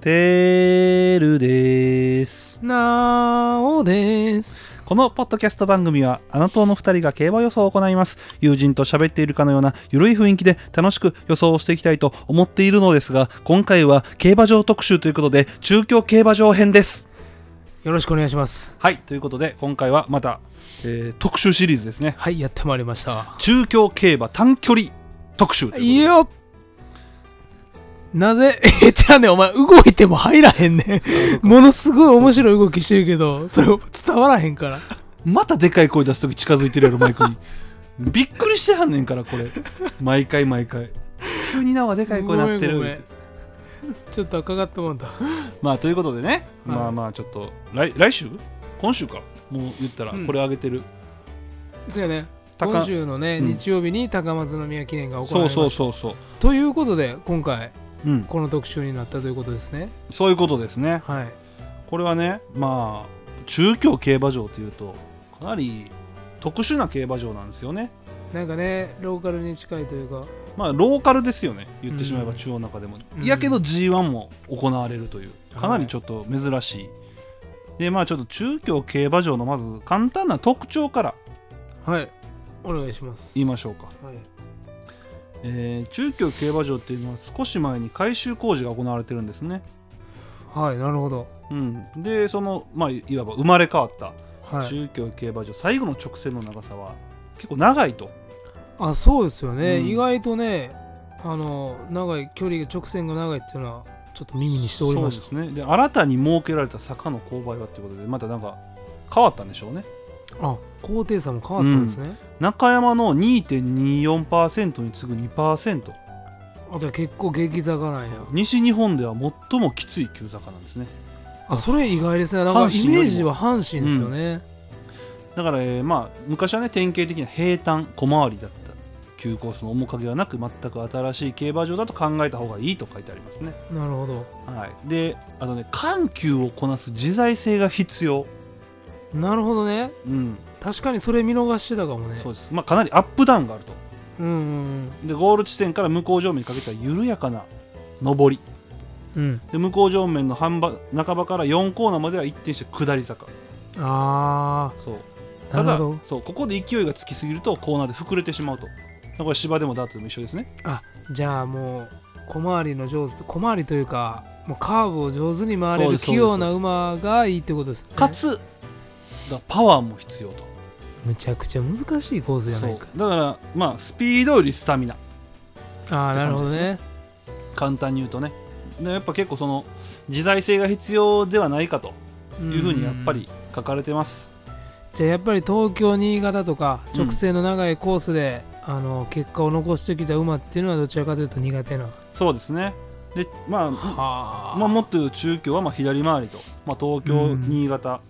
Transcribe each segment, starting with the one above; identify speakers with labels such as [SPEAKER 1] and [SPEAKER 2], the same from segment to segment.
[SPEAKER 1] てるです
[SPEAKER 2] なおです。
[SPEAKER 1] このポッドキャスト番組はあの党の2人が競馬予想を行います友人と喋っているかのようなゆるい雰囲気で楽しく予想をしていきたいと思っているのですが今回は競馬場特集ということで中京競馬場編です
[SPEAKER 2] よろしくお願いします。
[SPEAKER 1] はいということで今回はまた、えー特集シリーズですね
[SPEAKER 2] はい、やってまいりました。
[SPEAKER 1] 中京競馬短距離特集ということで
[SPEAKER 2] いいよなぜ え、じゃあね、お前、動いても入らへんねん。ものすごい面白い動きしてるけど、それ伝わらへんから。
[SPEAKER 1] またでかい声出す時近づいてるやろマイクにびっくりしてはんねんからこれ毎回毎回急になはでかい声なってる
[SPEAKER 2] ごめんごめんちょっと赤がってもんだ。
[SPEAKER 1] まあということでね、
[SPEAKER 2] はい
[SPEAKER 1] まあまあちょっと来来週今週かもう言ったら
[SPEAKER 2] うん
[SPEAKER 1] これあげてる、
[SPEAKER 2] そうやね。
[SPEAKER 1] 高
[SPEAKER 2] 今週のね、
[SPEAKER 1] うん
[SPEAKER 2] 日曜日に高松宮記念が行われ
[SPEAKER 1] そ
[SPEAKER 2] ま
[SPEAKER 1] う
[SPEAKER 2] す
[SPEAKER 1] そうそうそう
[SPEAKER 2] ということで今回
[SPEAKER 1] うん
[SPEAKER 2] この特集になったということですね
[SPEAKER 1] そういうことですね
[SPEAKER 2] はい
[SPEAKER 1] これはねまあ中京競馬場というとかなり特殊な競馬場なんですよね
[SPEAKER 2] なんかねローカルに近いというか
[SPEAKER 1] まあローカルですよね言ってしまえば
[SPEAKER 2] うん
[SPEAKER 1] 中央の中でも、
[SPEAKER 2] うん
[SPEAKER 1] いやけど G1 も行われるというかなりちょっと珍しい、でまあちょっと中京競馬場のまず簡単な特徴から
[SPEAKER 2] はいお願いします
[SPEAKER 1] 言いましょうか、
[SPEAKER 2] はい
[SPEAKER 1] えー中京競馬場っていうのは少し前に改修工事が行われてるんですね、
[SPEAKER 2] はいなるほど
[SPEAKER 1] うん、でそのまあいわば生まれ変わった
[SPEAKER 2] はい
[SPEAKER 1] 中京競馬場、最後の直線の長さは結構長いと
[SPEAKER 2] あそうですよね、
[SPEAKER 1] うん
[SPEAKER 2] 意外とねあの長い距離が直線が長いっていうのはちょっと耳にしておりまし
[SPEAKER 1] そうですねで新たに設けられた坂の勾配はっていうことでまたなんか変わったんでしょうね
[SPEAKER 2] たあ高低差も変わったんですね、
[SPEAKER 1] 中山の2.24%に次ぐ2%
[SPEAKER 2] あじゃあ結構激坂なんや
[SPEAKER 1] 西日本では最もきつい急坂なんですね
[SPEAKER 2] あそれ意外ですねなんか
[SPEAKER 1] 阪神
[SPEAKER 2] イ
[SPEAKER 1] よりも
[SPEAKER 2] メージは阪神ですよね、
[SPEAKER 1] だから、えーまあ昔はね典型的な平坦小回りだった急コースの面影はなく全く新しい競馬場だと考えた方がいいと書いてありますね、
[SPEAKER 2] なるほど
[SPEAKER 1] はい、であとね緩急をこなす自在性が必要
[SPEAKER 2] なるほどね
[SPEAKER 1] うん、
[SPEAKER 2] 確かにそれ見逃してたかもね
[SPEAKER 1] そうです、まあ、かなりアップダウンがあると
[SPEAKER 2] うんうん
[SPEAKER 1] でゴール地点から向こう上面にかけては緩やかな上り
[SPEAKER 2] うん
[SPEAKER 1] で向こう上面の半ば半ばから4コーナーまでは一転して下り坂
[SPEAKER 2] うんあ
[SPEAKER 1] そう
[SPEAKER 2] あ
[SPEAKER 1] た
[SPEAKER 2] な
[SPEAKER 1] だ
[SPEAKER 2] るほど
[SPEAKER 1] そうここで勢いがつきすぎるとコーナーで膨れてしまうとこれ芝でもダーツでも一緒ですね
[SPEAKER 2] じゃあもう小回りの上手小回りというかもうカーブを上手に回れ
[SPEAKER 1] そう
[SPEAKER 2] る
[SPEAKER 1] です
[SPEAKER 2] 器用な
[SPEAKER 1] そう
[SPEAKER 2] 馬がいいってことですよね
[SPEAKER 1] かつだパワーも必要と
[SPEAKER 2] むちゃくちゃ難しいコースじゃな
[SPEAKER 1] そ
[SPEAKER 2] いうか
[SPEAKER 1] だからまあスピードよりスタミナ
[SPEAKER 2] ああなるほどね
[SPEAKER 1] 簡単に言うとねでやっぱ結構その自在性が必要ではないかというふうにやっぱ
[SPEAKER 2] うん
[SPEAKER 1] り書かれてます
[SPEAKER 2] じゃあやっぱり東京新潟とか
[SPEAKER 1] うん
[SPEAKER 2] 直線の長いコースで、あの結果を残してきた馬っていうのはどちらかというと苦手なは
[SPEAKER 1] そうですねでまあ
[SPEAKER 2] あ
[SPEAKER 1] まあ、もっと言うと中京はまあ左回りと、まあ、東京、
[SPEAKER 2] うん
[SPEAKER 1] 新潟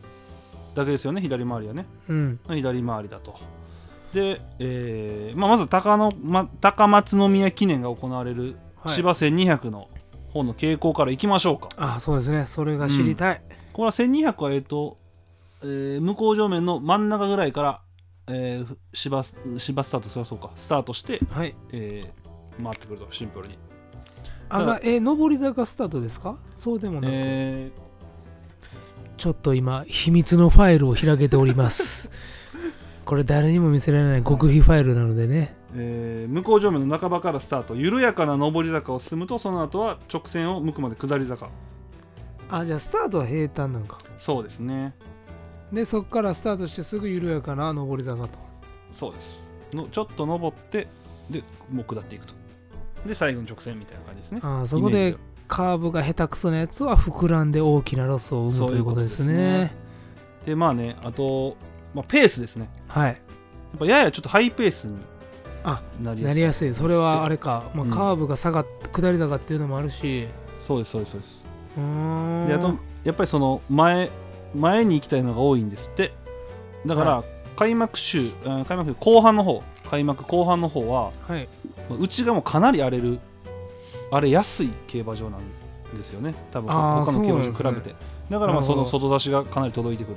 [SPEAKER 1] だけですよね左回りはね
[SPEAKER 2] うん
[SPEAKER 1] まあ左回りだとで、えーまあ、まず高の、ま、高松宮記念が行われる
[SPEAKER 2] はい
[SPEAKER 1] 芝1200の方の傾向からいきましょうか、
[SPEAKER 2] ああそうですねそれが知りたい、
[SPEAKER 1] これは1200はえっ、と、えー向こう上面の真ん中ぐらいから、えー、芝芝スタートそりゃそうかスタートして、
[SPEAKER 2] はい
[SPEAKER 1] えー回ってくるとシンプルに、
[SPEAKER 2] あがえ上り坂スタートですかそうでもなく、
[SPEAKER 1] え
[SPEAKER 2] ちょっと今秘密のファイルを開けております これ誰にも見せられない極秘ファイルなのでね
[SPEAKER 1] ーえー向こう上面の半ばからスタート緩やかな上り坂を進むとその後は直線を向くまで下り坂
[SPEAKER 2] あじゃあスタートは平坦なんか
[SPEAKER 1] そうですね
[SPEAKER 2] でそこからスタートしてすぐ緩やかな上り坂と
[SPEAKER 1] そうですのちょっと登ってでもう下っていくとで最後の直線みたいな感じですね
[SPEAKER 2] あーそこ
[SPEAKER 1] イメージ
[SPEAKER 2] で
[SPEAKER 1] が
[SPEAKER 2] カーブが下手くそなやつは膨らんで大きなロスを生むということですね
[SPEAKER 1] そういうこでまあねあと、まあ、ペースですね
[SPEAKER 2] はい
[SPEAKER 1] やっぱややちょっとハイペースに
[SPEAKER 2] あ
[SPEAKER 1] なりや
[SPEAKER 2] な
[SPEAKER 1] す
[SPEAKER 2] り
[SPEAKER 1] い
[SPEAKER 2] やすいそれはあれか、まあ、
[SPEAKER 1] うん
[SPEAKER 2] カーブが下がっ下り坂っていうのもあるし
[SPEAKER 1] そうですそうですそうです
[SPEAKER 2] うーん
[SPEAKER 1] であとやっぱりその前前に行きたいのが多いんですってだから、開幕週あ開幕週後半の方開幕後半の方は
[SPEAKER 2] はい、
[SPEAKER 1] うちがもうかなり荒れる荒れやすい競馬場なんですよね多分
[SPEAKER 2] あー
[SPEAKER 1] 他の競馬場に比
[SPEAKER 2] そうなん
[SPEAKER 1] べ
[SPEAKER 2] です
[SPEAKER 1] て、だからまあ
[SPEAKER 2] なるほ
[SPEAKER 1] そ
[SPEAKER 2] ど
[SPEAKER 1] の外差しがかなり届いてくる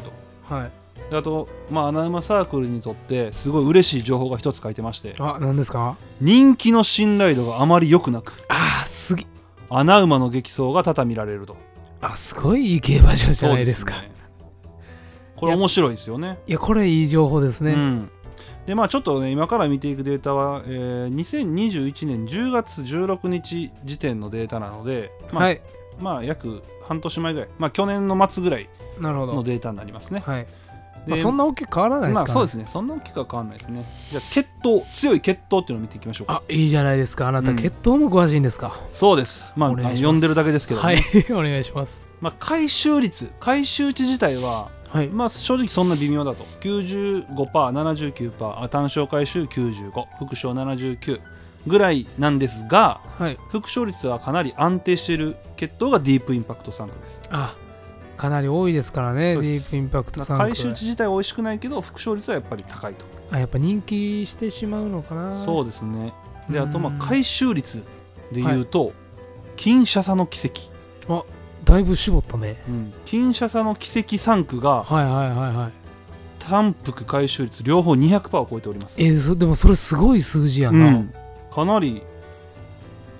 [SPEAKER 1] と
[SPEAKER 2] はい、
[SPEAKER 1] であと、まあ、穴馬サークルにとってすごい嬉しい情報が一つ書いてまして
[SPEAKER 2] あ何ですか
[SPEAKER 1] 人気の信頼度があまり良くなく
[SPEAKER 2] ああすぎ
[SPEAKER 1] 穴馬の激走が多々見られると
[SPEAKER 2] あすごいいい競馬場じゃないですか
[SPEAKER 1] そうねこれ面白いですよね
[SPEAKER 2] いやこれいい情報ですね、
[SPEAKER 1] うんでまあ、ちょっとね今から見ていくデータは、えー2021年10月16日時点のデータなので、まあ
[SPEAKER 2] はい
[SPEAKER 1] まあ、約半年前ぐらい、まあ、去年の末ぐらい
[SPEAKER 2] なるほ
[SPEAKER 1] の
[SPEAKER 2] ど
[SPEAKER 1] データになりますね。
[SPEAKER 2] はい、
[SPEAKER 1] で
[SPEAKER 2] まあ、そんな大きく変わらないです
[SPEAKER 1] ま
[SPEAKER 2] か
[SPEAKER 1] あ
[SPEAKER 2] ら、
[SPEAKER 1] そうですね、そんな大きくは変わらないですね。じゃあ、血統、強い血統っていうのを見ていきましょうか。
[SPEAKER 2] あいいじゃないですかあな
[SPEAKER 1] う
[SPEAKER 2] た
[SPEAKER 1] ん
[SPEAKER 2] 血統も詳しいんですか、
[SPEAKER 1] そうです、まあ、
[SPEAKER 2] お願いします
[SPEAKER 1] 呼んでるだけですけどね、
[SPEAKER 2] はいお願い します
[SPEAKER 1] まあ、回収率、回収値自体は、
[SPEAKER 2] はい
[SPEAKER 1] まあ、正直そんな微妙だと、95%、79%、あ単勝回収95、副勝79ぐらいなんですが、
[SPEAKER 2] はい
[SPEAKER 1] 副勝率はかなり安定している血統がディープインパクト参加です。
[SPEAKER 2] あかなり多いですからね
[SPEAKER 1] そう
[SPEAKER 2] デ
[SPEAKER 1] で
[SPEAKER 2] ィ
[SPEAKER 1] す
[SPEAKER 2] ープインパクト
[SPEAKER 1] まあ
[SPEAKER 2] さん
[SPEAKER 1] 回収値自体は美味しくないけど、副勝率はやっぱり高いと。
[SPEAKER 2] あやっぱ人気してしまうのかな
[SPEAKER 1] そううですね。で、
[SPEAKER 2] うん
[SPEAKER 1] あと、まあ、回収率で言うと、金シャサの奇跡。
[SPEAKER 2] だいぶ絞ったね
[SPEAKER 1] うん、金シャサの奇跡3区が
[SPEAKER 2] はいはいはいはい
[SPEAKER 1] 単服回収率両方200%を超えております。
[SPEAKER 2] えーそでもそれすごい数字や
[SPEAKER 1] う
[SPEAKER 2] な、
[SPEAKER 1] ん、かなり
[SPEAKER 2] い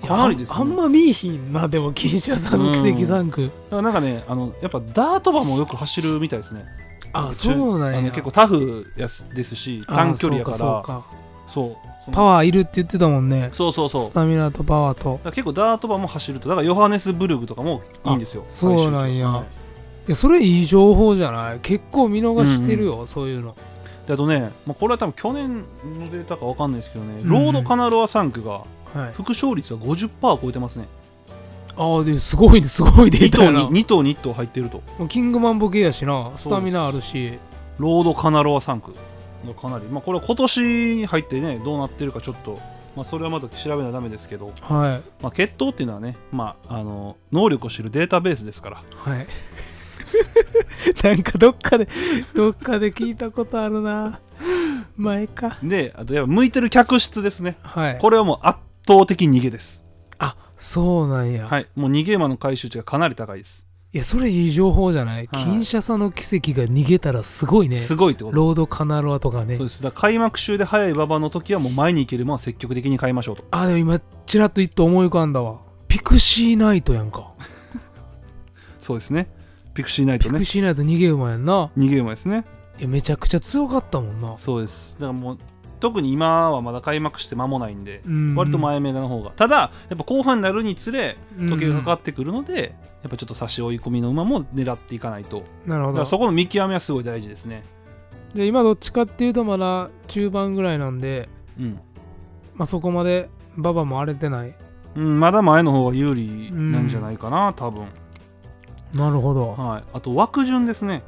[SPEAKER 2] や
[SPEAKER 1] かなりですね
[SPEAKER 2] あんあんま見えひんなでも金車さんの奇跡3区、
[SPEAKER 1] だからなんかねあのやっぱダート馬もよく走るみたいですね
[SPEAKER 2] あ
[SPEAKER 1] 中
[SPEAKER 2] そうなん
[SPEAKER 1] あ
[SPEAKER 2] や
[SPEAKER 1] の結構タフやすですし
[SPEAKER 2] あー
[SPEAKER 1] 短距離やから
[SPEAKER 2] そ
[SPEAKER 1] そう
[SPEAKER 2] かそ
[SPEAKER 1] う
[SPEAKER 2] う
[SPEAKER 1] そ
[SPEAKER 2] か
[SPEAKER 1] の
[SPEAKER 2] パワーいるって言ってたもんね
[SPEAKER 1] そうそうそう
[SPEAKER 2] スタミナとパワーと
[SPEAKER 1] だから結構ダート馬も走るとだからヨハネスブルグとかもいいんですよ
[SPEAKER 2] そうなんや
[SPEAKER 1] 回収地
[SPEAKER 2] いやそれいい情報じゃない結構見逃してるよ、そういうの
[SPEAKER 1] であとね、まあ、これは多分去年のデータか分かんないですけどね、
[SPEAKER 2] うん
[SPEAKER 1] ロードカナロア3区が
[SPEAKER 2] はい
[SPEAKER 1] 副勝率は50%を超えてますね
[SPEAKER 2] ああですごいねすごいデ
[SPEAKER 1] 2
[SPEAKER 2] ータ
[SPEAKER 1] 頭
[SPEAKER 2] やな
[SPEAKER 1] に2頭に1頭入ってると
[SPEAKER 2] もうキングマンボケやしなスタミナあるし
[SPEAKER 1] ロードカナロア3区かなり、まあ、これは今年に入ってねどうなってるかちょっと、まあ、それはまだ調べなダメですけど、
[SPEAKER 2] は
[SPEAKER 1] まあ、血統っていうのはね、まあ、あの能力を知るデータベースですから
[SPEAKER 2] いはい なんかどっかでどっかで聞いたことあるな前か
[SPEAKER 1] であとやっぱ向いてる客室ですね
[SPEAKER 2] はい
[SPEAKER 1] これはもう圧倒的逃げです
[SPEAKER 2] あそうなんや、
[SPEAKER 1] はいもう逃げ馬の回収値がかなり高いです、
[SPEAKER 2] いやそれいい情報じゃない、
[SPEAKER 1] はい
[SPEAKER 2] 金車さんの奇跡が逃げたらすごいね
[SPEAKER 1] すごいってこと
[SPEAKER 2] ロードカナロアとかね
[SPEAKER 1] そうですだから開幕週で速い馬場の時はもう前に行ける馬は積極的に買いましょうと
[SPEAKER 2] あでも今ちらっと一頭思い浮かんだわピクシーナイトやんか、
[SPEAKER 1] そうですねピクシーナイ
[SPEAKER 2] ピ
[SPEAKER 1] トね
[SPEAKER 2] クシーナイト逃げ馬やんな
[SPEAKER 1] 逃げ馬ですね
[SPEAKER 2] いやめちゃくちゃ強かったもんな
[SPEAKER 1] そうですだからもう特に今はまだ開幕して間もないんで、
[SPEAKER 2] うん
[SPEAKER 1] 割と前目の方がただやっぱ後半になるにつれ時計がかか
[SPEAKER 2] っ
[SPEAKER 1] ってくるので、やっぱちょっと差し追い込みの馬も狙っていかないと
[SPEAKER 2] なる
[SPEAKER 1] だ
[SPEAKER 2] ほ
[SPEAKER 1] か
[SPEAKER 2] ど
[SPEAKER 1] らそこの見極めはすごい大事ですね。
[SPEAKER 2] じゃあ今どっちかっていうとまだ中盤ぐらいなんで、
[SPEAKER 1] うん。
[SPEAKER 2] まあ、そこまで馬場も荒れてない
[SPEAKER 1] うん、まだ前の方が有利なんじゃないかな、多分。
[SPEAKER 2] なるほど
[SPEAKER 1] はい。あと枠順ですね。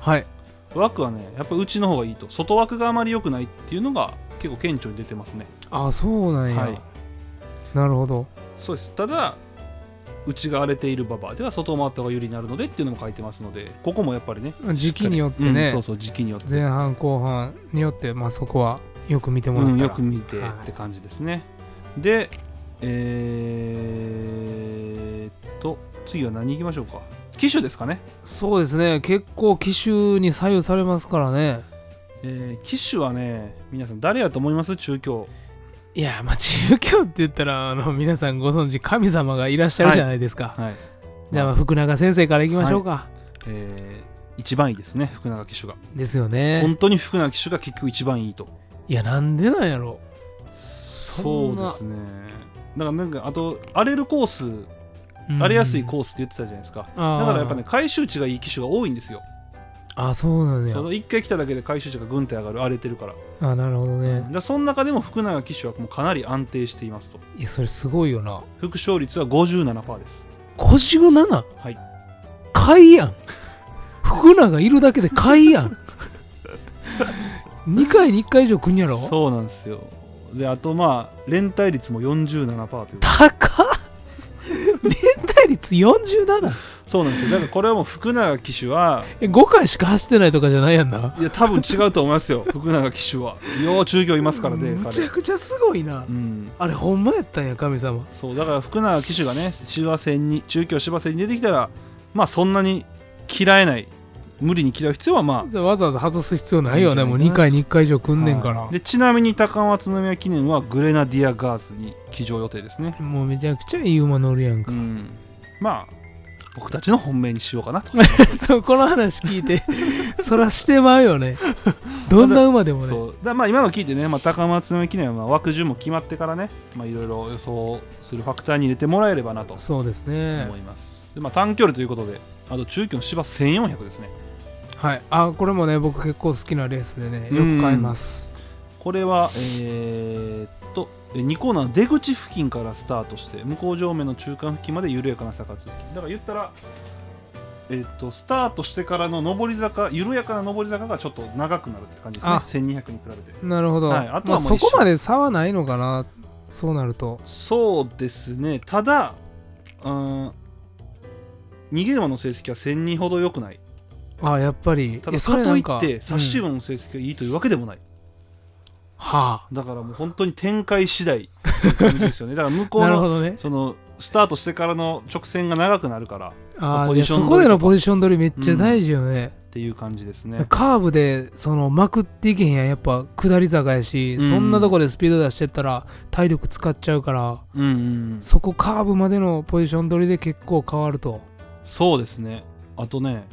[SPEAKER 2] はい
[SPEAKER 1] 枠はね、やっぱうちの方がいいと。外枠があまり良くないっていうのが結構顕著に出てますね。
[SPEAKER 2] あそうなんや、
[SPEAKER 1] はい
[SPEAKER 2] なるほど
[SPEAKER 1] そうです。ただ、うちが荒れている馬場では外を回った方が有利になるのでっていうのも書いてますので、ここもやっぱりね。
[SPEAKER 2] 時期によって
[SPEAKER 1] うん
[SPEAKER 2] ね、
[SPEAKER 1] そうそう、時期によって。
[SPEAKER 2] 前半後半によって、まあ、そこはよく見てもら
[SPEAKER 1] う
[SPEAKER 2] っ
[SPEAKER 1] ん、
[SPEAKER 2] たら、
[SPEAKER 1] よく見て
[SPEAKER 2] はい
[SPEAKER 1] って感じですね。で、えー、っと、次は何いきましょうか。機種ですかね。
[SPEAKER 2] そうですね結構機種に左右されますからね
[SPEAKER 1] えー、機種はね、皆さん誰やと思います中京。
[SPEAKER 2] いやまあ中京って言ったらあの皆さんご存知神様がいらっしゃるじゃないですか、
[SPEAKER 1] はい。
[SPEAKER 2] じゃあまあ福永先生からいきましょうか、
[SPEAKER 1] えー、一番いいですね、福永機種が。
[SPEAKER 2] ですよね
[SPEAKER 1] 本当に福永機種が結局一番いいと。
[SPEAKER 2] いやなんでなんやろ
[SPEAKER 1] そ
[SPEAKER 2] ん
[SPEAKER 1] うで
[SPEAKER 2] な
[SPEAKER 1] すね。だからなんか、あと、荒れるコース、
[SPEAKER 2] うん
[SPEAKER 1] 荒れやすいコースって言ってたじゃないですか。
[SPEAKER 2] あー
[SPEAKER 1] だからやっぱね、回収値がいい機種が多いんですよ。
[SPEAKER 2] あそうなんや
[SPEAKER 1] その1回来ただけで回収値がぐんと上がる、荒れてるから。
[SPEAKER 2] あなるほど
[SPEAKER 1] だか
[SPEAKER 2] ね
[SPEAKER 1] らその中でも福永騎手はもうかなり安定していますと
[SPEAKER 2] いやそれすごいよな
[SPEAKER 1] 副勝率は57%です、
[SPEAKER 2] 57
[SPEAKER 1] はい、
[SPEAKER 2] 買いやん福永いるだけで買いやん2回に1回以上来んやろ
[SPEAKER 1] そうなんですよであとまあ連帯率も47%という
[SPEAKER 2] 高っ連帯率47
[SPEAKER 1] そうなんですよだからこれはもう福永騎手は
[SPEAKER 2] え5回しか走ってないとかじゃないやんない
[SPEAKER 1] や多分違うと思いますよ 福永騎手はよう中京いますからね
[SPEAKER 2] むちゃ
[SPEAKER 1] 彼
[SPEAKER 2] くちゃすごいな
[SPEAKER 1] うん
[SPEAKER 2] あれほんまやったんや神様
[SPEAKER 1] そうだから福永騎手がね芝戦に中京芝戦に出てきたらまあそんなに嫌えない無理に嫌う必要はまあ
[SPEAKER 2] そうわざわざ外す必要ないよねもう2回に1回以上組んねんから、
[SPEAKER 1] はいでちなみに高松宮記念はグレナディアガーズに騎乗予定ですね
[SPEAKER 2] もうめちゃくちゃいい馬乗るやん
[SPEAKER 1] う
[SPEAKER 2] か、
[SPEAKER 1] んまあ僕たちの本命にしようかなと
[SPEAKER 2] そうこの話聞いてそらしてまうよねどんな馬でもね
[SPEAKER 1] そうだまあ今の聞いてね、まあ、高松宮記念はまあ枠順も決まってからねまあいろいろ予想するファクターに入れてもらえればなと
[SPEAKER 2] そうですね
[SPEAKER 1] 思います、でまあ、短距離ということであと中距離の芝1400ですね
[SPEAKER 2] はいあこれもね僕結構好きなレースでねよく買います
[SPEAKER 1] これはえーっと2コーナー出口付近からスタートして向こう上面の中間付近まで緩やかな坂続きだから言ったらえーっとスタートしてからの上り坂緩やかな上り坂がちょっと長くなるって感じですね
[SPEAKER 2] あ
[SPEAKER 1] 1200に比べて
[SPEAKER 2] なるほど、
[SPEAKER 1] はいあと
[SPEAKER 2] ま
[SPEAKER 1] は
[SPEAKER 2] あ、
[SPEAKER 1] もう一緒
[SPEAKER 2] そこまで差はないのかなそうなると
[SPEAKER 1] そうですねただうーん逃げ馬の成績は1002ほど良くない
[SPEAKER 2] あやっぱり
[SPEAKER 1] ただか
[SPEAKER 2] いや
[SPEAKER 1] といっ
[SPEAKER 2] それなん
[SPEAKER 1] て
[SPEAKER 2] か
[SPEAKER 1] 差し
[SPEAKER 2] うん
[SPEAKER 1] 馬の成績がいいというわけでもない、
[SPEAKER 2] は
[SPEAKER 1] だからもう本当に展開次第という感じですよ ねだから向
[SPEAKER 2] あ
[SPEAKER 1] こう
[SPEAKER 2] なるほ
[SPEAKER 1] の
[SPEAKER 2] どね
[SPEAKER 1] そのスタートしてからの直線が長くなるから
[SPEAKER 2] あ
[SPEAKER 1] ポ
[SPEAKER 2] ーじ
[SPEAKER 1] ジ
[SPEAKER 2] ゃあ
[SPEAKER 1] ション取りと
[SPEAKER 2] そ
[SPEAKER 1] か
[SPEAKER 2] こでのポジション取りめっちゃ大事よね、
[SPEAKER 1] っていう感じですね
[SPEAKER 2] カーブでそのまくっていけへんやんやっぱ下り坂やし、
[SPEAKER 1] うん
[SPEAKER 2] そんなとこでスピード出してったら体力使っちゃうから
[SPEAKER 1] うんうんうん
[SPEAKER 2] そこカーブまでのポジション取りで結構変わると
[SPEAKER 1] そうですねあとね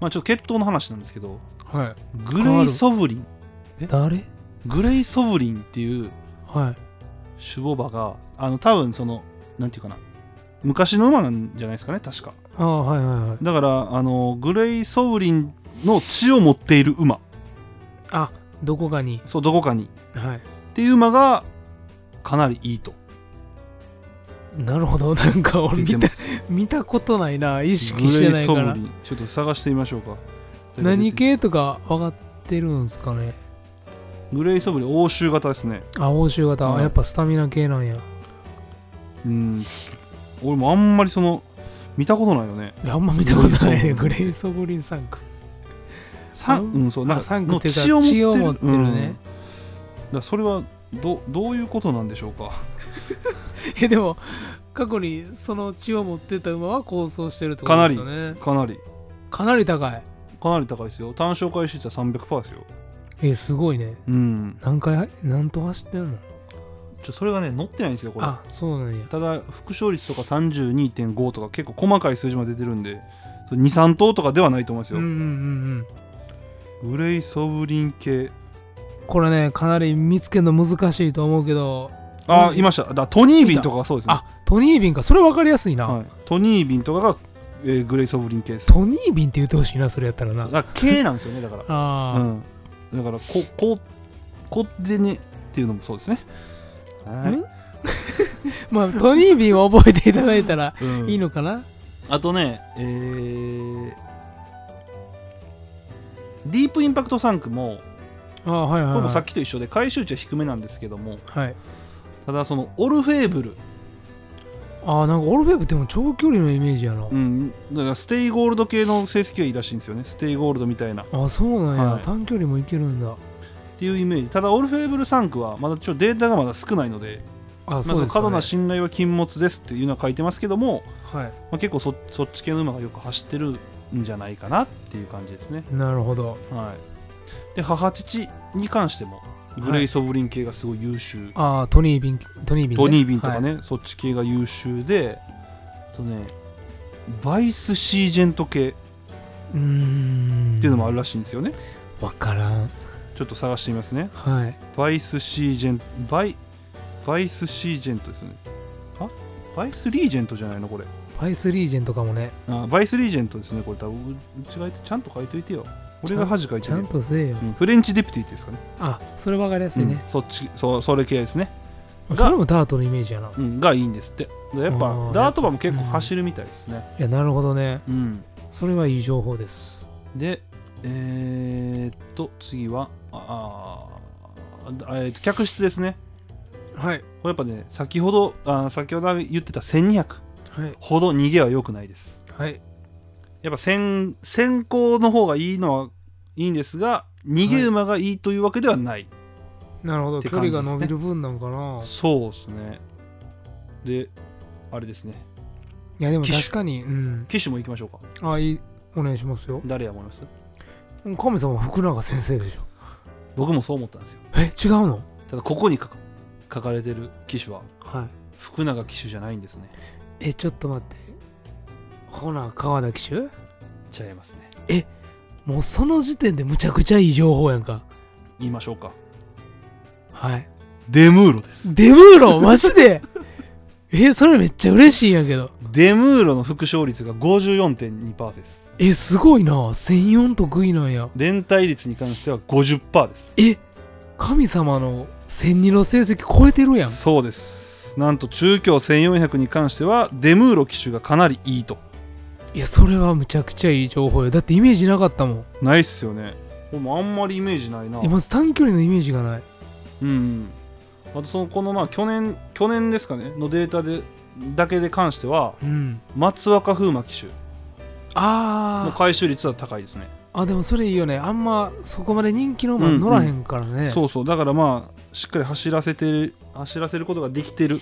[SPEAKER 1] まあちょっと血統の話なんですけど
[SPEAKER 2] は
[SPEAKER 1] グレイ・ソブリン
[SPEAKER 2] い誰
[SPEAKER 1] グレイ・ソブリンっていう
[SPEAKER 2] はい
[SPEAKER 1] 種母馬があの多分そのなんていうかな昔の馬なんじゃないですかね確か
[SPEAKER 2] ああはいはいはい
[SPEAKER 1] だからあのグレイ・ソブリンの血を持っている馬
[SPEAKER 2] あどこかに
[SPEAKER 1] そうどこかにっ
[SPEAKER 2] はい
[SPEAKER 1] ていう馬がかなりいいと
[SPEAKER 2] なるほどなんか俺
[SPEAKER 1] 出て
[SPEAKER 2] 見
[SPEAKER 1] ま
[SPEAKER 2] た
[SPEAKER 1] す
[SPEAKER 2] 見たことないな意識
[SPEAKER 1] グ
[SPEAKER 2] して
[SPEAKER 1] レ
[SPEAKER 2] な
[SPEAKER 1] イ
[SPEAKER 2] い
[SPEAKER 1] ソ
[SPEAKER 2] か
[SPEAKER 1] ブリ
[SPEAKER 2] ら
[SPEAKER 1] ンちょっと探してみましょうか
[SPEAKER 2] 何系とか分かってるんですかね
[SPEAKER 1] グレイソブリン欧州型ですね
[SPEAKER 2] あ欧州型、
[SPEAKER 1] はい
[SPEAKER 2] やっぱスタミナ系なんや
[SPEAKER 1] うん俺もあんまりその見たことないよね
[SPEAKER 2] いやあんま見たことないね
[SPEAKER 1] グ
[SPEAKER 2] グ
[SPEAKER 1] レ
[SPEAKER 2] レ
[SPEAKER 1] イ
[SPEAKER 2] イソブリンさんか
[SPEAKER 1] サ
[SPEAKER 2] あ
[SPEAKER 1] ンうんそうなん
[SPEAKER 2] あ
[SPEAKER 1] か
[SPEAKER 2] サンクっていうか
[SPEAKER 1] の
[SPEAKER 2] 血を持ってる
[SPEAKER 1] うん
[SPEAKER 2] ね
[SPEAKER 1] だからそれはどどういうことなんでしょうか
[SPEAKER 2] えでも過去にその血を持ってた馬は構想してるってこ
[SPEAKER 1] かな
[SPEAKER 2] とで
[SPEAKER 1] り
[SPEAKER 2] すよね
[SPEAKER 1] かなり
[SPEAKER 2] かなり高い
[SPEAKER 1] かなり高いですよ単勝回収率は300%ですよ
[SPEAKER 2] えすごいね
[SPEAKER 1] うん
[SPEAKER 2] 何回何と走ってるの
[SPEAKER 1] ちょそれがね載ってないんですよこれ
[SPEAKER 2] あそうなんや
[SPEAKER 1] ただ副勝率とか32.5とか結構細かい数字まで出てるんで23頭とかではないと思います
[SPEAKER 2] うん
[SPEAKER 1] よ、
[SPEAKER 2] うんうんうん
[SPEAKER 1] グレイ・ソブリン系
[SPEAKER 2] これねかなり見つけるの難しいと思うけど
[SPEAKER 1] あ、
[SPEAKER 2] うん
[SPEAKER 1] いましただからトニービンとかがそうですね
[SPEAKER 2] あトニービンかそれ分かりやすいな、
[SPEAKER 1] はい、トニービンとかが、えーグレイ・ソブリン系です
[SPEAKER 2] トニービンって言ってほしいなそれやったらな
[SPEAKER 1] そうだから系なんですよねだか
[SPEAKER 2] あ
[SPEAKER 1] ら、う
[SPEAKER 2] ー、
[SPEAKER 1] ん、だからこここでねっていうのもそうですねはい
[SPEAKER 2] んまあトニービンを覚えていただいたら
[SPEAKER 1] うん
[SPEAKER 2] いいのかな、
[SPEAKER 1] あとね、えーディープインパクト3区も、
[SPEAKER 2] ああはいは
[SPEAKER 1] こ
[SPEAKER 2] い、はい、
[SPEAKER 1] れもさっきと一緒で、回収値は低めなんですけども、
[SPEAKER 2] はい
[SPEAKER 1] ただ、そのオルフェーブル、
[SPEAKER 2] ああなんかオルベーブでも長距離のイメージやな、
[SPEAKER 1] うん、だからステイゴールド系の成績がいいらしいんですよね、ステイゴールドみたいなっ
[SPEAKER 2] あそうなんや、
[SPEAKER 1] はい
[SPEAKER 2] 短距離もいけるんだ
[SPEAKER 1] ていうイメージ、ただ、オルフェーブル3区は、まだちょっとデータがまだ少ないので、
[SPEAKER 2] あ
[SPEAKER 1] まあ
[SPEAKER 2] そうです
[SPEAKER 1] 過
[SPEAKER 2] か、
[SPEAKER 1] 度
[SPEAKER 2] ね
[SPEAKER 1] な信頼は禁物ですっていうのは書いてますけども、
[SPEAKER 2] は
[SPEAKER 1] まあ、結構そそっち系の馬がよく走ってるんじゃないかなっていう感じですね。
[SPEAKER 2] いなるほど
[SPEAKER 1] はい、で母父に関してもグレイ・ソブリン系がすごい優秀、
[SPEAKER 2] ああトニービントニービン、ね、
[SPEAKER 1] トニー・ビンとか
[SPEAKER 2] はい
[SPEAKER 1] ね、そっち系が優秀であとねバイス・シージェント系っ
[SPEAKER 2] うーん
[SPEAKER 1] ていうのもあるらしいんですよね、
[SPEAKER 2] わからん
[SPEAKER 1] ちょっと探してみますね
[SPEAKER 2] はい
[SPEAKER 1] バイス・シージェンバイバイス・シージェントですよねあバイス・リージェントじゃないのこれ
[SPEAKER 2] バイスリージェンとかもね
[SPEAKER 1] あバイス・リージェントですねこれ多分ううちがいてちゃんと書いといてよ俺が恥かい
[SPEAKER 2] ち
[SPEAKER 1] て
[SPEAKER 2] ゃ
[SPEAKER 1] る
[SPEAKER 2] んとせえよ、
[SPEAKER 1] うん、フレンチ・デプティですかね
[SPEAKER 2] あそれわかりやすいね
[SPEAKER 1] うん、そっちそうそれ系ですねん
[SPEAKER 2] それもダートのイメージやな
[SPEAKER 1] うん、がいいんですってでやっ
[SPEAKER 2] あ
[SPEAKER 1] ぱ
[SPEAKER 2] ー
[SPEAKER 1] ダート馬も結構走るみたいですね、
[SPEAKER 2] いやなるほどね
[SPEAKER 1] うん
[SPEAKER 2] それはいい情報です
[SPEAKER 1] でえー、っと次はああーあえーっと客室ですね
[SPEAKER 2] はい
[SPEAKER 1] これやっぱね先ほどあー先ほど言ってた1200
[SPEAKER 2] はい
[SPEAKER 1] ほど逃げは良くないです
[SPEAKER 2] はい
[SPEAKER 1] やっぱ先先行の方がいいのはいいんですが逃げ馬がいいというわけではない、
[SPEAKER 2] なるほ
[SPEAKER 1] っ
[SPEAKER 2] ど、
[SPEAKER 1] て
[SPEAKER 2] 距
[SPEAKER 1] 感じ
[SPEAKER 2] 離
[SPEAKER 1] ですね
[SPEAKER 2] が伸びる分なのかな
[SPEAKER 1] そうですねであれですね
[SPEAKER 2] いやでも
[SPEAKER 1] 機種
[SPEAKER 2] 確かにうん
[SPEAKER 1] 機種も行きましょうか
[SPEAKER 2] あいいお願いしますよ
[SPEAKER 1] 誰や思います
[SPEAKER 2] 神様福永先生でしょ
[SPEAKER 1] 僕もそう思ったんですよ
[SPEAKER 2] え違うの
[SPEAKER 1] ただここに書か書かれてる機種は
[SPEAKER 2] はい
[SPEAKER 1] 福永機種じゃないんですね
[SPEAKER 2] えちょっと待ってほな川田騎手
[SPEAKER 1] 違いますね
[SPEAKER 2] もうその時点でむちゃくちゃいい情報やんか
[SPEAKER 1] 言いましょうか
[SPEAKER 2] はい
[SPEAKER 1] デムーロです
[SPEAKER 2] デムーロマジでえそれめっちゃ嬉しいんやけど
[SPEAKER 1] デムーロの副勝率が54.2%です
[SPEAKER 2] えすごいな1004得意なんや
[SPEAKER 1] 連帯率に関しては50%です
[SPEAKER 2] え神様の1002の成績超えてるやん
[SPEAKER 1] そうですなんと中京1400に関してはデムーロ機種がかなりいいと
[SPEAKER 2] いやそれはむちゃくちゃいい情報よだってイメージなかったもん
[SPEAKER 1] ないっすよねでもあんまりイメージないな
[SPEAKER 2] えまず短距離のイメージがない
[SPEAKER 1] うんうんあとそのこのまあ去年去年ですかねのデータでだけで関しては
[SPEAKER 2] うん
[SPEAKER 1] 松若風磨機種の
[SPEAKER 2] あー
[SPEAKER 1] 回収率は高いですね
[SPEAKER 2] あでもそれいいよねあんまそこまで人気の馬乗らへんからね、
[SPEAKER 1] そうそうだからまあしっかり走らせてる走らせることができてる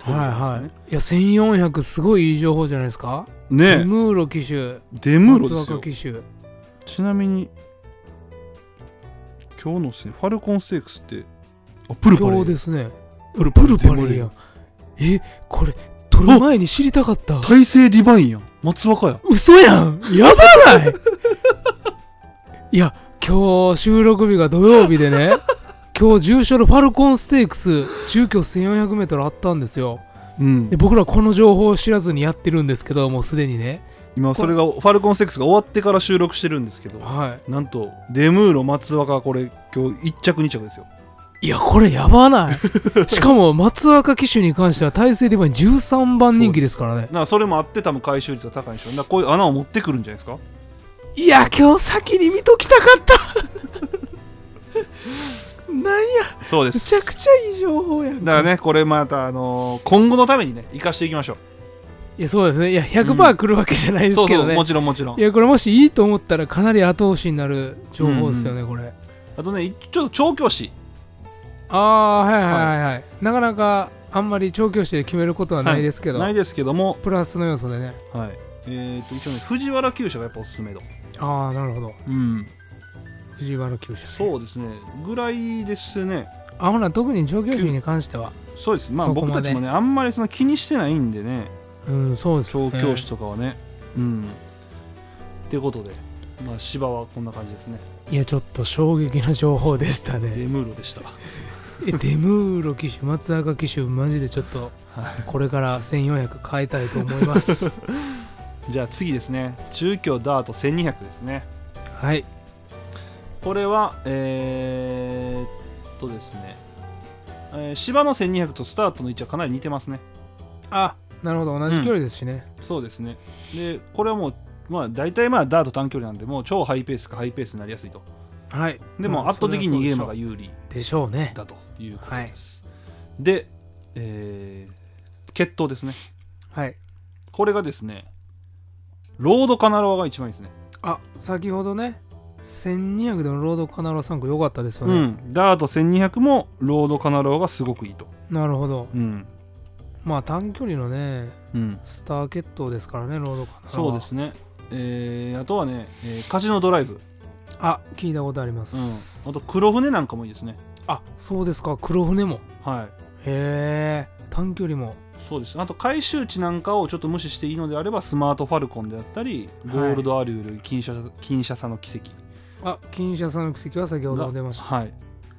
[SPEAKER 2] はいはいいや1400すごいいい情報じゃないですか
[SPEAKER 1] いね
[SPEAKER 2] デムーロ騎手
[SPEAKER 1] デムーロです
[SPEAKER 2] 松
[SPEAKER 1] よ
[SPEAKER 2] 若騎手
[SPEAKER 1] ちなみに今日のですねファルコンステークスってあプルパレ
[SPEAKER 2] 今
[SPEAKER 1] ー
[SPEAKER 2] 日ですね
[SPEAKER 1] プルパレ
[SPEAKER 2] プルパレーやんえこれ取る前に知りたかった
[SPEAKER 1] 大勢ディバインやん松若や
[SPEAKER 2] 嘘やんやばないいや今日収録日が土曜日でね今日重賞のファルコンステークス中距 1400m あったんですよ
[SPEAKER 1] うん
[SPEAKER 2] で僕らこの情報を知らずにやってるんですけどもうすでにね
[SPEAKER 1] 今それがファルコンステークスが終わってから収録してるんですけど
[SPEAKER 2] は
[SPEAKER 1] なんとデムーロ松若これ今日1着2着ですよ
[SPEAKER 2] いいやこれやばないしかも松若騎手に関しては体勢で言えば13番人気ですからね
[SPEAKER 1] だからそれもあって多分回収率が高いんでしょうだからこういう穴を持ってくるんじゃないですか
[SPEAKER 2] いや今日先に見ときたかった なんや
[SPEAKER 1] そうで
[SPEAKER 2] む
[SPEAKER 1] す
[SPEAKER 2] ちゃくちゃいい情報やん
[SPEAKER 1] だからねこれまたあのー今後のためにね生かしていきましょう
[SPEAKER 2] いやそうですねいや
[SPEAKER 1] う
[SPEAKER 2] 100%
[SPEAKER 1] ん
[SPEAKER 2] 来るわけじゃないです
[SPEAKER 1] そう
[SPEAKER 2] け
[SPEAKER 1] そ
[SPEAKER 2] ど
[SPEAKER 1] う
[SPEAKER 2] ね、
[SPEAKER 1] もちろんもちろん
[SPEAKER 2] いやこれもしいいと思ったらかなり後押しになる情報ですよね、これ
[SPEAKER 1] あとねいちょっと調教師
[SPEAKER 2] ああはいはいはいはい、なかなかあんまり調教師で決めることはないですけど、
[SPEAKER 1] ないですけども
[SPEAKER 2] プラスの要素でね
[SPEAKER 1] はいえー、と一応ね藤原厩舎がやっぱおすすめ度
[SPEAKER 2] ああなるほど
[SPEAKER 1] うん
[SPEAKER 2] 藤原厩舎
[SPEAKER 1] そうですねぐらいですね
[SPEAKER 2] あほな特に調教師に関しては
[SPEAKER 1] そうですまあ
[SPEAKER 2] そこま
[SPEAKER 1] 僕た
[SPEAKER 2] で
[SPEAKER 1] ちもねあんまりその気にしてないんでね
[SPEAKER 2] うんそうです
[SPEAKER 1] 調
[SPEAKER 2] ね
[SPEAKER 1] 教師とかはねうんっていうことでまあ芝はこんな感じですね
[SPEAKER 2] いやちょっと衝撃な情報でした
[SPEAKER 1] デ
[SPEAKER 2] ね
[SPEAKER 1] ムーロでした
[SPEAKER 2] えデムーロ騎手松坂騎手マジでちょっとこれから1400変えたいと思います
[SPEAKER 1] じゃあ次ですね中京ダート1200ですね
[SPEAKER 2] はい
[SPEAKER 1] これはえー、っとですね、えー芝の1200とスタートの位置はかなり似てますね
[SPEAKER 2] あなるほど同じ距離ですしね、
[SPEAKER 1] そうですねでこれはもうまあ大体まあダート短距離なんでもう超ハイペースかハイペースになりやすいと
[SPEAKER 2] はい。
[SPEAKER 1] でも圧倒的にゲームが
[SPEAKER 2] いい
[SPEAKER 1] 有利
[SPEAKER 2] でしょうね。
[SPEAKER 1] だということです、で、えー、決闘ですね
[SPEAKER 2] はい。
[SPEAKER 1] これがですねロードカナロアが一番いいですね
[SPEAKER 2] あ、先ほどね、1200でのロードカナロ3区良かったですよ
[SPEAKER 1] う
[SPEAKER 2] ね。
[SPEAKER 1] んダート1200もロードカナロアがすごくいいと
[SPEAKER 2] なるほど。
[SPEAKER 1] うん
[SPEAKER 2] まあ短距離のね、
[SPEAKER 1] うん
[SPEAKER 2] スター決闘ですからね、ロードカナロ
[SPEAKER 1] そう
[SPEAKER 2] は
[SPEAKER 1] です。ねえー、あとはね、えーカジノドライブ、
[SPEAKER 2] あ、聞いたことありま
[SPEAKER 1] うん、
[SPEAKER 2] す。
[SPEAKER 1] あと黒船なんかもいいですね
[SPEAKER 2] あ、そうですか。黒船も。
[SPEAKER 1] はい
[SPEAKER 2] へえ。短距離も。
[SPEAKER 1] そうですあと回収地なんかをちょっと無視していいのであればスマートファルコンであったりゴールドアリュール、金車金車さの奇跡
[SPEAKER 2] あ、金車さんの奇跡は先ほども出ました。
[SPEAKER 1] はい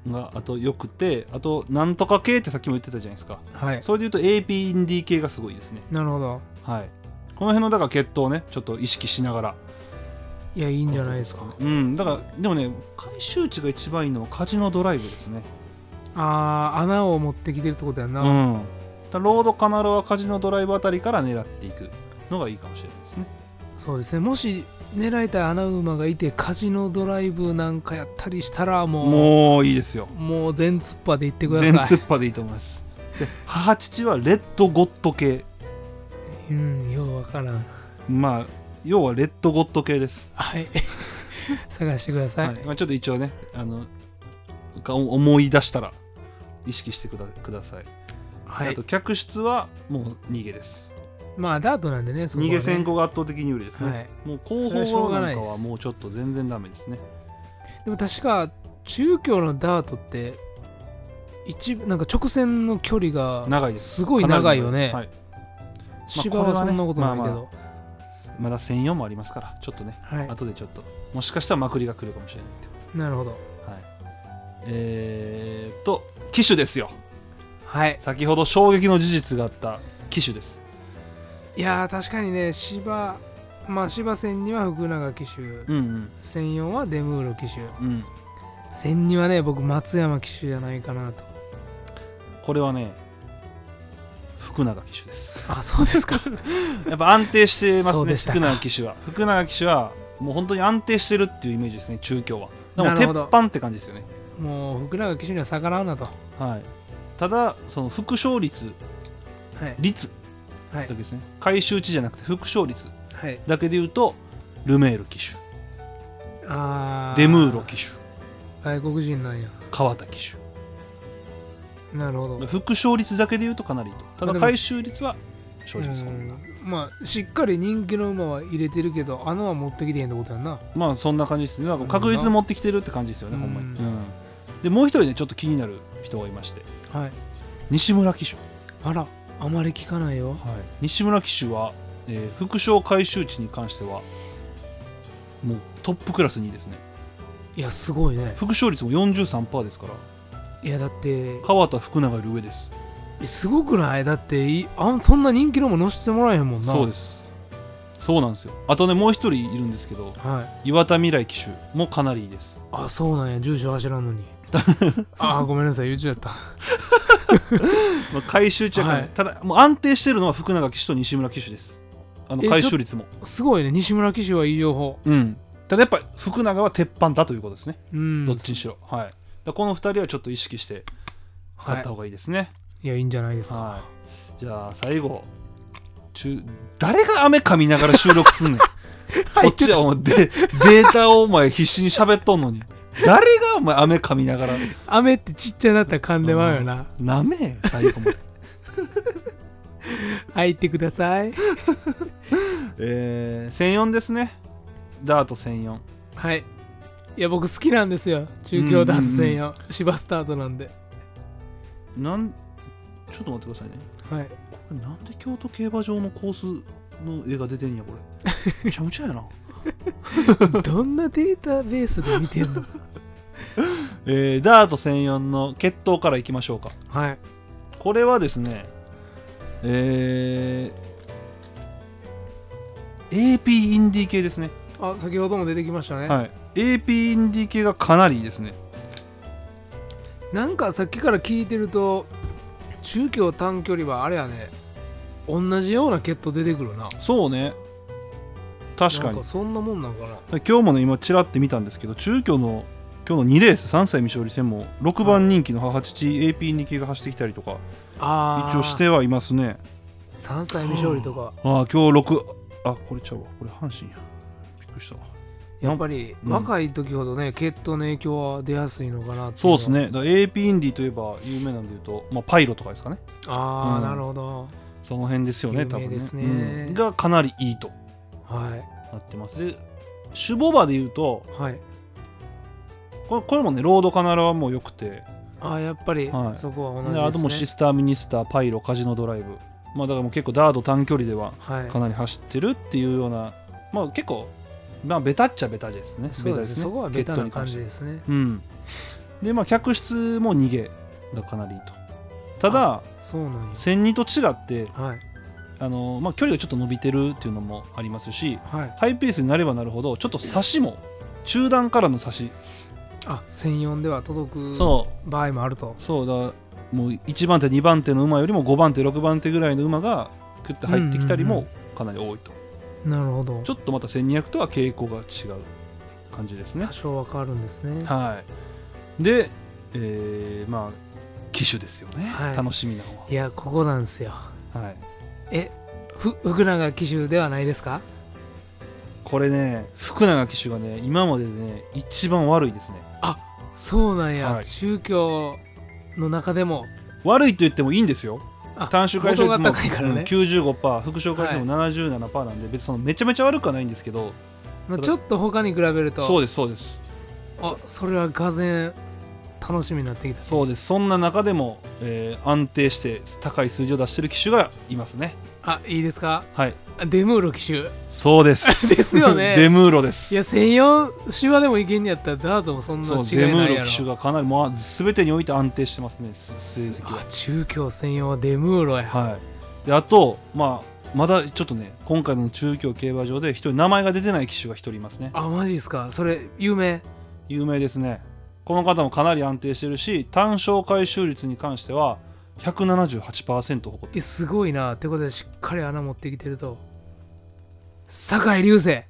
[SPEAKER 1] があとよくてあとなんとか系ってさっきも言ってたじゃないですか
[SPEAKER 2] はい。
[SPEAKER 1] それで言うと AP インディ系がすごいですね
[SPEAKER 2] なるほど。
[SPEAKER 1] はいこの辺のだから決闘をねちょっと意識しながら
[SPEAKER 2] いや、いいんじゃないですか。
[SPEAKER 1] うんだからでもね回収地が一番いいのはカジノドライブですね
[SPEAKER 2] あー、穴を持ってきてるってことや
[SPEAKER 1] う
[SPEAKER 2] な。
[SPEAKER 1] んだからロードカナロはカジノドライブあたりから狙っていくのがいいかもしれないですね
[SPEAKER 2] そうですねもし狙いたい穴馬がいてカジノドライブなんかやったりしたらも
[SPEAKER 1] もういいですよ
[SPEAKER 2] うもう全突破でいってください
[SPEAKER 1] 全突破でいいと思いますで母父はレッドゴッド系
[SPEAKER 2] うんようわからん
[SPEAKER 1] まあ要はレッドゴッド系です、
[SPEAKER 2] はい 探してください、
[SPEAKER 1] はいまあ、ちょっと一応ねあのが思い出したら意識してくだください、
[SPEAKER 2] はい
[SPEAKER 1] あと客室はもう逃げです
[SPEAKER 2] まあダートなんでね、そこは
[SPEAKER 1] 逃
[SPEAKER 2] ね
[SPEAKER 1] げ先行が圧倒的に有利ですね、
[SPEAKER 2] は
[SPEAKER 1] も
[SPEAKER 2] い。
[SPEAKER 1] う後
[SPEAKER 2] それはしょ
[SPEAKER 1] 方
[SPEAKER 2] うが
[SPEAKER 1] な
[SPEAKER 2] ない
[SPEAKER 1] んか
[SPEAKER 2] で
[SPEAKER 1] は
[SPEAKER 2] す
[SPEAKER 1] もうちょっと全然ダメですね
[SPEAKER 2] でも確か中距のダートって一なんか直線の距離が
[SPEAKER 1] 長いです
[SPEAKER 2] すごい長いよね。
[SPEAKER 1] はい、
[SPEAKER 2] 芝はそんなことないけ
[SPEAKER 1] まあ
[SPEAKER 2] ど。
[SPEAKER 1] まだ1004もありますからちょっとね
[SPEAKER 2] は
[SPEAKER 1] 後でちょっともしかしたらまくりが来るかもしれないって
[SPEAKER 2] い。なるほど。
[SPEAKER 1] はいえー、っと機種ですよ
[SPEAKER 2] はい。
[SPEAKER 1] 先ほど衝撃の事実があった機種です
[SPEAKER 2] いやー確かにね芝まあ芝戦には福永騎手、
[SPEAKER 1] うん
[SPEAKER 2] 戦4はデムーロ騎手、
[SPEAKER 1] うんうん
[SPEAKER 2] 戦2はね僕松山騎手じゃないかなと。
[SPEAKER 1] これはね福永機種です
[SPEAKER 2] あそうですか。
[SPEAKER 1] やっぱ安定してま
[SPEAKER 2] そ
[SPEAKER 1] す
[SPEAKER 2] う
[SPEAKER 1] ね
[SPEAKER 2] でしたか
[SPEAKER 1] 福永騎手は福永騎手はもう本当に安定してるっていうイメージですね中京はで
[SPEAKER 2] な
[SPEAKER 1] も
[SPEAKER 2] る
[SPEAKER 1] 鉄
[SPEAKER 2] ほど
[SPEAKER 1] 板って感じですよね
[SPEAKER 2] もう福永騎手には逆らうなと。は
[SPEAKER 1] はいただその副勝率
[SPEAKER 2] い
[SPEAKER 1] 率
[SPEAKER 2] は
[SPEAKER 1] だけ
[SPEAKER 2] い
[SPEAKER 1] ですね回収値じゃなくて副勝率
[SPEAKER 2] はい。
[SPEAKER 1] だけで言うとルメール騎手
[SPEAKER 2] あー
[SPEAKER 1] デムーロ騎手
[SPEAKER 2] 外国人なんや。
[SPEAKER 1] 川田騎手
[SPEAKER 2] なるほど。
[SPEAKER 1] 副勝率だけで言うとかなりいいとた
[SPEAKER 2] ま
[SPEAKER 1] だ
[SPEAKER 2] あでも
[SPEAKER 1] 回収率は正直そ
[SPEAKER 2] うん
[SPEAKER 1] なん
[SPEAKER 2] まあしっかり人気の馬は入れてるけどあのは持ってきてへんってことやんな
[SPEAKER 1] まあそんな感じですねなんか確実に持ってきてるって感じですよね、
[SPEAKER 2] うん
[SPEAKER 1] ほんまに、うんでもう一人ねちょっと気になる人がいまして
[SPEAKER 2] はい
[SPEAKER 1] 西村騎手、
[SPEAKER 2] あらあまり聞かないよ
[SPEAKER 1] 西村騎手は、えー副賞回収値に関してはもうトップクラスにいいですね
[SPEAKER 2] いやすごいね
[SPEAKER 1] 副賞率も43%ですから
[SPEAKER 2] いやだって
[SPEAKER 1] 川田福永より上です
[SPEAKER 2] すごくないだっていあそんな人気のも乗せてもらえへんもんな
[SPEAKER 1] そう
[SPEAKER 2] す
[SPEAKER 1] ですそうなんですよあとねもう一人いるんですけど
[SPEAKER 2] はい
[SPEAKER 1] 岩田未来騎手もかなりいいです
[SPEAKER 2] あそうなんや住所走らん のにあーごめんなさい YouTube やった
[SPEAKER 1] まあ、回収値はかなり
[SPEAKER 2] はい
[SPEAKER 1] ただもう安定してるのは福永騎手と西村騎手ですあの
[SPEAKER 2] え
[SPEAKER 1] 回収率も
[SPEAKER 2] すごいね西村騎手はいい情報
[SPEAKER 1] うんただやっぱ福永は鉄板だということですね、
[SPEAKER 2] うん
[SPEAKER 1] どっちにしろはいだからこの2人はちょっと意識して買
[SPEAKER 2] は
[SPEAKER 1] った方がいいですね
[SPEAKER 2] いいやいいんじゃないです
[SPEAKER 1] はい
[SPEAKER 2] か、
[SPEAKER 1] じゃあ最後中誰が雨噛みながら収録す んねんこっちはお前でデータをお前必死に喋っとんのに誰がお前雨噛みながら
[SPEAKER 2] 雨ってちっちゃなったら噛んでまうよな、
[SPEAKER 1] なめえ最 後まで
[SPEAKER 2] 入ってください
[SPEAKER 1] えー、1004ですねダート1004
[SPEAKER 2] はいいや僕好きなんですよ中京ダーツ専用芝スタートなんで
[SPEAKER 1] なんちょっと待ってくださいね
[SPEAKER 2] はい
[SPEAKER 1] これなんで京都競馬場のコースの絵が出てんやこれ めちゃめちゃやな
[SPEAKER 2] どんなデータベースで見て るの
[SPEAKER 1] えー、ダート1004の決闘からいきましょうか
[SPEAKER 2] はい。
[SPEAKER 1] これはですねえー AP インディ系ですね、
[SPEAKER 2] あ、先ほども出てきましたね。
[SPEAKER 1] はい、AP インディ系がかなりいいですね
[SPEAKER 2] なんかさっきから聞いてると、中京短距離はあれやね、同じような血統出てくるな。
[SPEAKER 1] そうね確か
[SPEAKER 2] なん
[SPEAKER 1] に
[SPEAKER 2] かそんなもんなんかな。
[SPEAKER 1] 今日もね今ちらって見たんですけど中京の今日の2レース3歳未勝利戦も6番人気の母父 AP 2系が走ってきたりとか
[SPEAKER 2] ああ、
[SPEAKER 1] 一応してはいますね
[SPEAKER 2] 3歳未勝利とか、
[SPEAKER 1] ああ今日6あこれちゃうわこれ阪神やびっくりしたわ
[SPEAKER 2] やっぱり
[SPEAKER 1] うん
[SPEAKER 2] 若い時ほどね、血統の影響は出やすいのかなってい
[SPEAKER 1] そうです。ねだから AP インディといえば有名なんで言うと、まあ、パイロとかですかね
[SPEAKER 2] ああ、
[SPEAKER 1] うん
[SPEAKER 2] なるほど。
[SPEAKER 1] その辺ですよね
[SPEAKER 2] 有名
[SPEAKER 1] 多分
[SPEAKER 2] ですね
[SPEAKER 1] うんがかなりいいと
[SPEAKER 2] はい。
[SPEAKER 1] なってますでシュボバで言うと
[SPEAKER 2] はい。
[SPEAKER 1] これこれもねロードカナラはもう良くて
[SPEAKER 2] ああ、やっぱり、
[SPEAKER 1] はい
[SPEAKER 2] そこは同じです、
[SPEAKER 1] で
[SPEAKER 2] ね。
[SPEAKER 1] あともうシスターミニスターパイロカジノドライブまあだからもう結構ダード短距離では
[SPEAKER 2] はい
[SPEAKER 1] か。なり走ってるっていうようなまあ結構まあベタっちゃベタですね
[SPEAKER 2] そうですね。そこはベタ
[SPEAKER 1] 血統
[SPEAKER 2] な感じ
[SPEAKER 1] に関して
[SPEAKER 2] ですね。
[SPEAKER 1] うんでまあ客室も逃げがかなりいいとただ
[SPEAKER 2] そうなんです。
[SPEAKER 1] 1002と違って
[SPEAKER 2] はい。
[SPEAKER 1] あの、まあ、距離がちょっと伸びてるっていうのもありますし
[SPEAKER 2] はい。
[SPEAKER 1] ハイペースになればなるほどちょっと差しも中段からの差し、
[SPEAKER 2] あ専用では届く
[SPEAKER 1] そ
[SPEAKER 2] 場合もあると
[SPEAKER 1] うそうだもう1番手2番手の馬よりも5番手6番手ぐらいの馬がクッて入ってきたり
[SPEAKER 2] うんう
[SPEAKER 1] も
[SPEAKER 2] ん
[SPEAKER 1] かなり多いと、
[SPEAKER 2] なるほど
[SPEAKER 1] ちょっとまた1200とは傾向が違う感じですね
[SPEAKER 2] 多少は変わるんですね
[SPEAKER 1] はいで、えーまあ機種ですよね、
[SPEAKER 2] はい
[SPEAKER 1] 楽しみない
[SPEAKER 2] やここなんですよ
[SPEAKER 1] のは、はい、
[SPEAKER 2] ふ福永騎手ではないですか
[SPEAKER 1] これね福永騎手がね今まででね一番悪いですね
[SPEAKER 2] そうなんや、
[SPEAKER 1] はい
[SPEAKER 2] 中京の中でも
[SPEAKER 1] 悪いと言ってもいいんですよ
[SPEAKER 2] あ
[SPEAKER 1] 単周回収率
[SPEAKER 2] 元
[SPEAKER 1] も、
[SPEAKER 2] が高いからね
[SPEAKER 1] うん95%副賞回収も77%なんで、別にそのめちゃめちゃ悪くはないんですけど
[SPEAKER 2] まあ、ちょっと他に比べると
[SPEAKER 1] そうですそうです
[SPEAKER 2] あそれはがぜん楽しみになってきた
[SPEAKER 1] そうですそんな中でも、えー安定して高い数字を出してる機種がいますね
[SPEAKER 2] あいいですか
[SPEAKER 1] はい
[SPEAKER 2] あデムーロ機種
[SPEAKER 1] そうです
[SPEAKER 2] ですよね
[SPEAKER 1] デムーロです
[SPEAKER 2] いや1004シワでもいけんやったらダートもそんな
[SPEAKER 1] そう
[SPEAKER 2] 違
[SPEAKER 1] デ
[SPEAKER 2] い
[SPEAKER 1] ム
[SPEAKER 2] ない
[SPEAKER 1] ー
[SPEAKER 2] や
[SPEAKER 1] ロ
[SPEAKER 2] ろ
[SPEAKER 1] 機種がかなり、まあ、全てにおいて安定してますね成績は
[SPEAKER 2] あ中京専用はデムーロや
[SPEAKER 1] はい、であと、まあ、まだちょっとね今回の中京競馬場で一人名前が出てない騎手が一人いますね
[SPEAKER 2] あマジですかそれ有名
[SPEAKER 1] 有名ですねこの方もかなり安定してるし単勝回収率に関しては178%を誇って
[SPEAKER 2] えすごいなってことでしっかり穴持ってきてると酒井流星、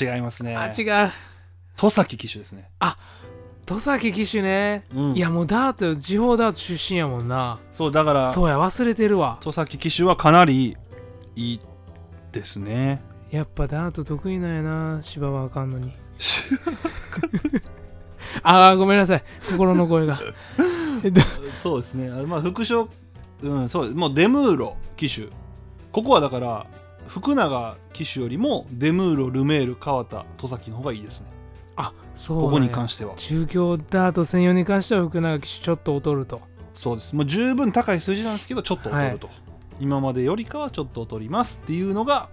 [SPEAKER 1] 違いますね
[SPEAKER 2] あ違う
[SPEAKER 1] 戸崎騎手ですね、
[SPEAKER 2] 戸崎騎手ね、
[SPEAKER 1] うん、
[SPEAKER 2] いやもうダート地方ダート出身やもんな
[SPEAKER 1] そうだから
[SPEAKER 2] そうや忘れてるわ
[SPEAKER 1] 戸崎騎手はかなりいいです ね
[SPEAKER 2] やっぱダート得意なんやな芝はあかんのにああごめんなさい心の声が えど
[SPEAKER 1] そうですねあまあ副賞うんそうですもうデムーロ騎手ここはだから福永騎手よりもデムーロルメール川田戸崎の方がいいですね
[SPEAKER 2] あそう
[SPEAKER 1] ここ
[SPEAKER 2] なんや
[SPEAKER 1] に関しては
[SPEAKER 2] 中京ダート専用に関しては福永騎手ちょっと劣ると
[SPEAKER 1] そうですもう十分高い数字なんですけどちょっと劣ると、今までよりかはちょっと劣りますっていうのが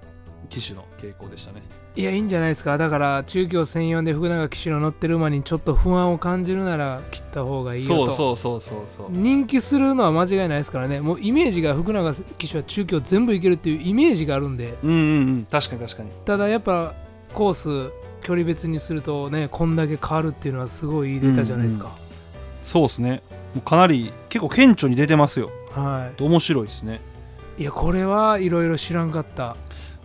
[SPEAKER 1] 騎手の傾向でしたね
[SPEAKER 2] いやいいんじゃないですかだから中京専用で福永騎手の乗ってる馬にちょっと不安を感じるなら切った方がいいよと
[SPEAKER 1] そうそうそうそうそう
[SPEAKER 2] 人気するのは間違いないですからねもうイメージが福永騎手は中京全部いけるっていうイメージがあるんで
[SPEAKER 1] うんうんうん確かに確かに
[SPEAKER 2] ただやっぱコース距離別にするとねこんだけ変わるっていうのはすごいいいデータじゃないですか、
[SPEAKER 1] そうですねもうかなり結構顕著に出てますよ
[SPEAKER 2] は
[SPEAKER 1] 面白いですね
[SPEAKER 2] いいやこれはいろいろ知らんかった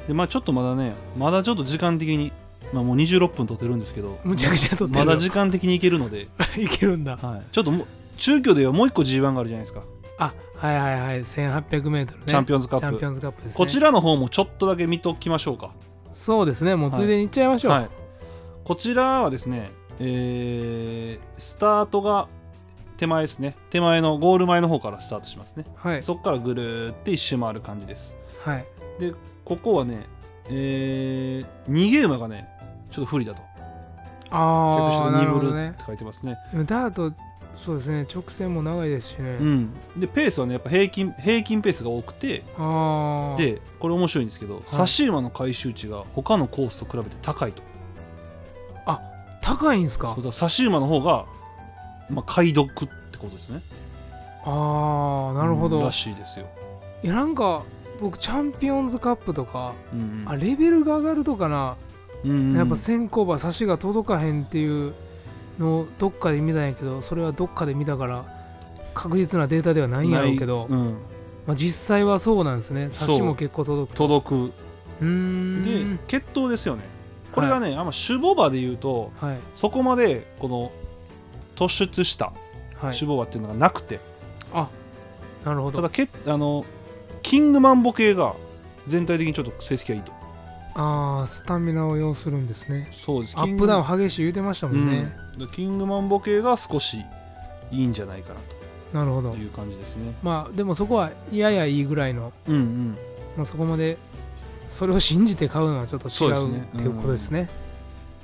[SPEAKER 1] でまあちょっとまだねまだちょっと時間的にまあもう26分撮ってるんですけど
[SPEAKER 2] むちゃくちゃ撮って
[SPEAKER 1] ま
[SPEAKER 2] る
[SPEAKER 1] だ時間的にいけるので、
[SPEAKER 2] いけるんだ
[SPEAKER 1] はい、ちょっともう中京ではもう一個 G1 があるじゃないですか、
[SPEAKER 2] あはいはいはい 1800m ね
[SPEAKER 1] チャンピオンズカ
[SPEAKER 2] チ
[SPEAKER 1] ッ
[SPEAKER 2] ャ
[SPEAKER 1] プ
[SPEAKER 2] ンピオンズカップですね
[SPEAKER 1] こちらの方もちょっとだけ見ときましょうか
[SPEAKER 2] そうですねもうついでにいっちゃいましょう、
[SPEAKER 1] はい、こちらはですね、えースタートが手前ですね手前のゴール前の方からスタートしますね、
[SPEAKER 2] はい。
[SPEAKER 1] そこからぐるーって一周回る感じです
[SPEAKER 2] はい。
[SPEAKER 1] でここはね、えー逃げ馬がねちょっと不利だと
[SPEAKER 2] ああ、な
[SPEAKER 1] ニ
[SPEAKER 2] る
[SPEAKER 1] ブ
[SPEAKER 2] ほ
[SPEAKER 1] ル
[SPEAKER 2] ど
[SPEAKER 1] っ
[SPEAKER 2] ね。
[SPEAKER 1] て書いてますね
[SPEAKER 2] でもダート、そうですね、直線も長いですしね。
[SPEAKER 1] うんでペースはねやっぱ平均平均ペースが多くて
[SPEAKER 2] ああ。、
[SPEAKER 1] でこれ面白いんですけど差し馬の回収値が他のコースと比べて高いと
[SPEAKER 2] 高いんすか
[SPEAKER 1] そうだ差し馬の方が、まあ、買い得ってことですね
[SPEAKER 2] ああ、なるほ
[SPEAKER 1] うん
[SPEAKER 2] ど
[SPEAKER 1] ら。しいですよ、
[SPEAKER 2] いや、なんか、僕、チャンピオンズカップとか、
[SPEAKER 1] うん
[SPEAKER 2] あレベルが上がるとかな、
[SPEAKER 1] うん
[SPEAKER 2] やっぱ先行馬、差しが届かへんっていうのをどっかで見たんやけど、それはどっかで見たから、確実なデータではないんやろうけど、
[SPEAKER 1] ないうん
[SPEAKER 2] まあ、実際はそうなんですね。
[SPEAKER 1] そ
[SPEAKER 2] 差
[SPEAKER 1] う
[SPEAKER 2] しも結構届くと。
[SPEAKER 1] 届く
[SPEAKER 2] うーん
[SPEAKER 1] で。血統ですよねこれがね、あんま種牡馬で言うと
[SPEAKER 2] はい。
[SPEAKER 1] そこまでこの突出した
[SPEAKER 2] は
[SPEAKER 1] 種
[SPEAKER 2] い。
[SPEAKER 1] 牡馬っていうのがなくて、
[SPEAKER 2] なるほ
[SPEAKER 1] た
[SPEAKER 2] ど。
[SPEAKER 1] だけあのキングマンボ系が全体的にちょっと成績がいいと
[SPEAKER 2] ああ、スタミナを要するんですね。
[SPEAKER 1] そうです
[SPEAKER 2] アップダウン激しい言うてましたもんね、
[SPEAKER 1] うん、キングマンボ系が少しいいんじゃないかな
[SPEAKER 2] なるほ
[SPEAKER 1] と
[SPEAKER 2] ど
[SPEAKER 1] いう感じですね。
[SPEAKER 2] まあでもそこはややいいぐらいの、
[SPEAKER 1] うんうん、
[SPEAKER 2] まあ、そこまでそれを信じて買うのはちょっと
[SPEAKER 1] そう
[SPEAKER 2] 違
[SPEAKER 1] です
[SPEAKER 2] う
[SPEAKER 1] ね
[SPEAKER 2] っていうことですね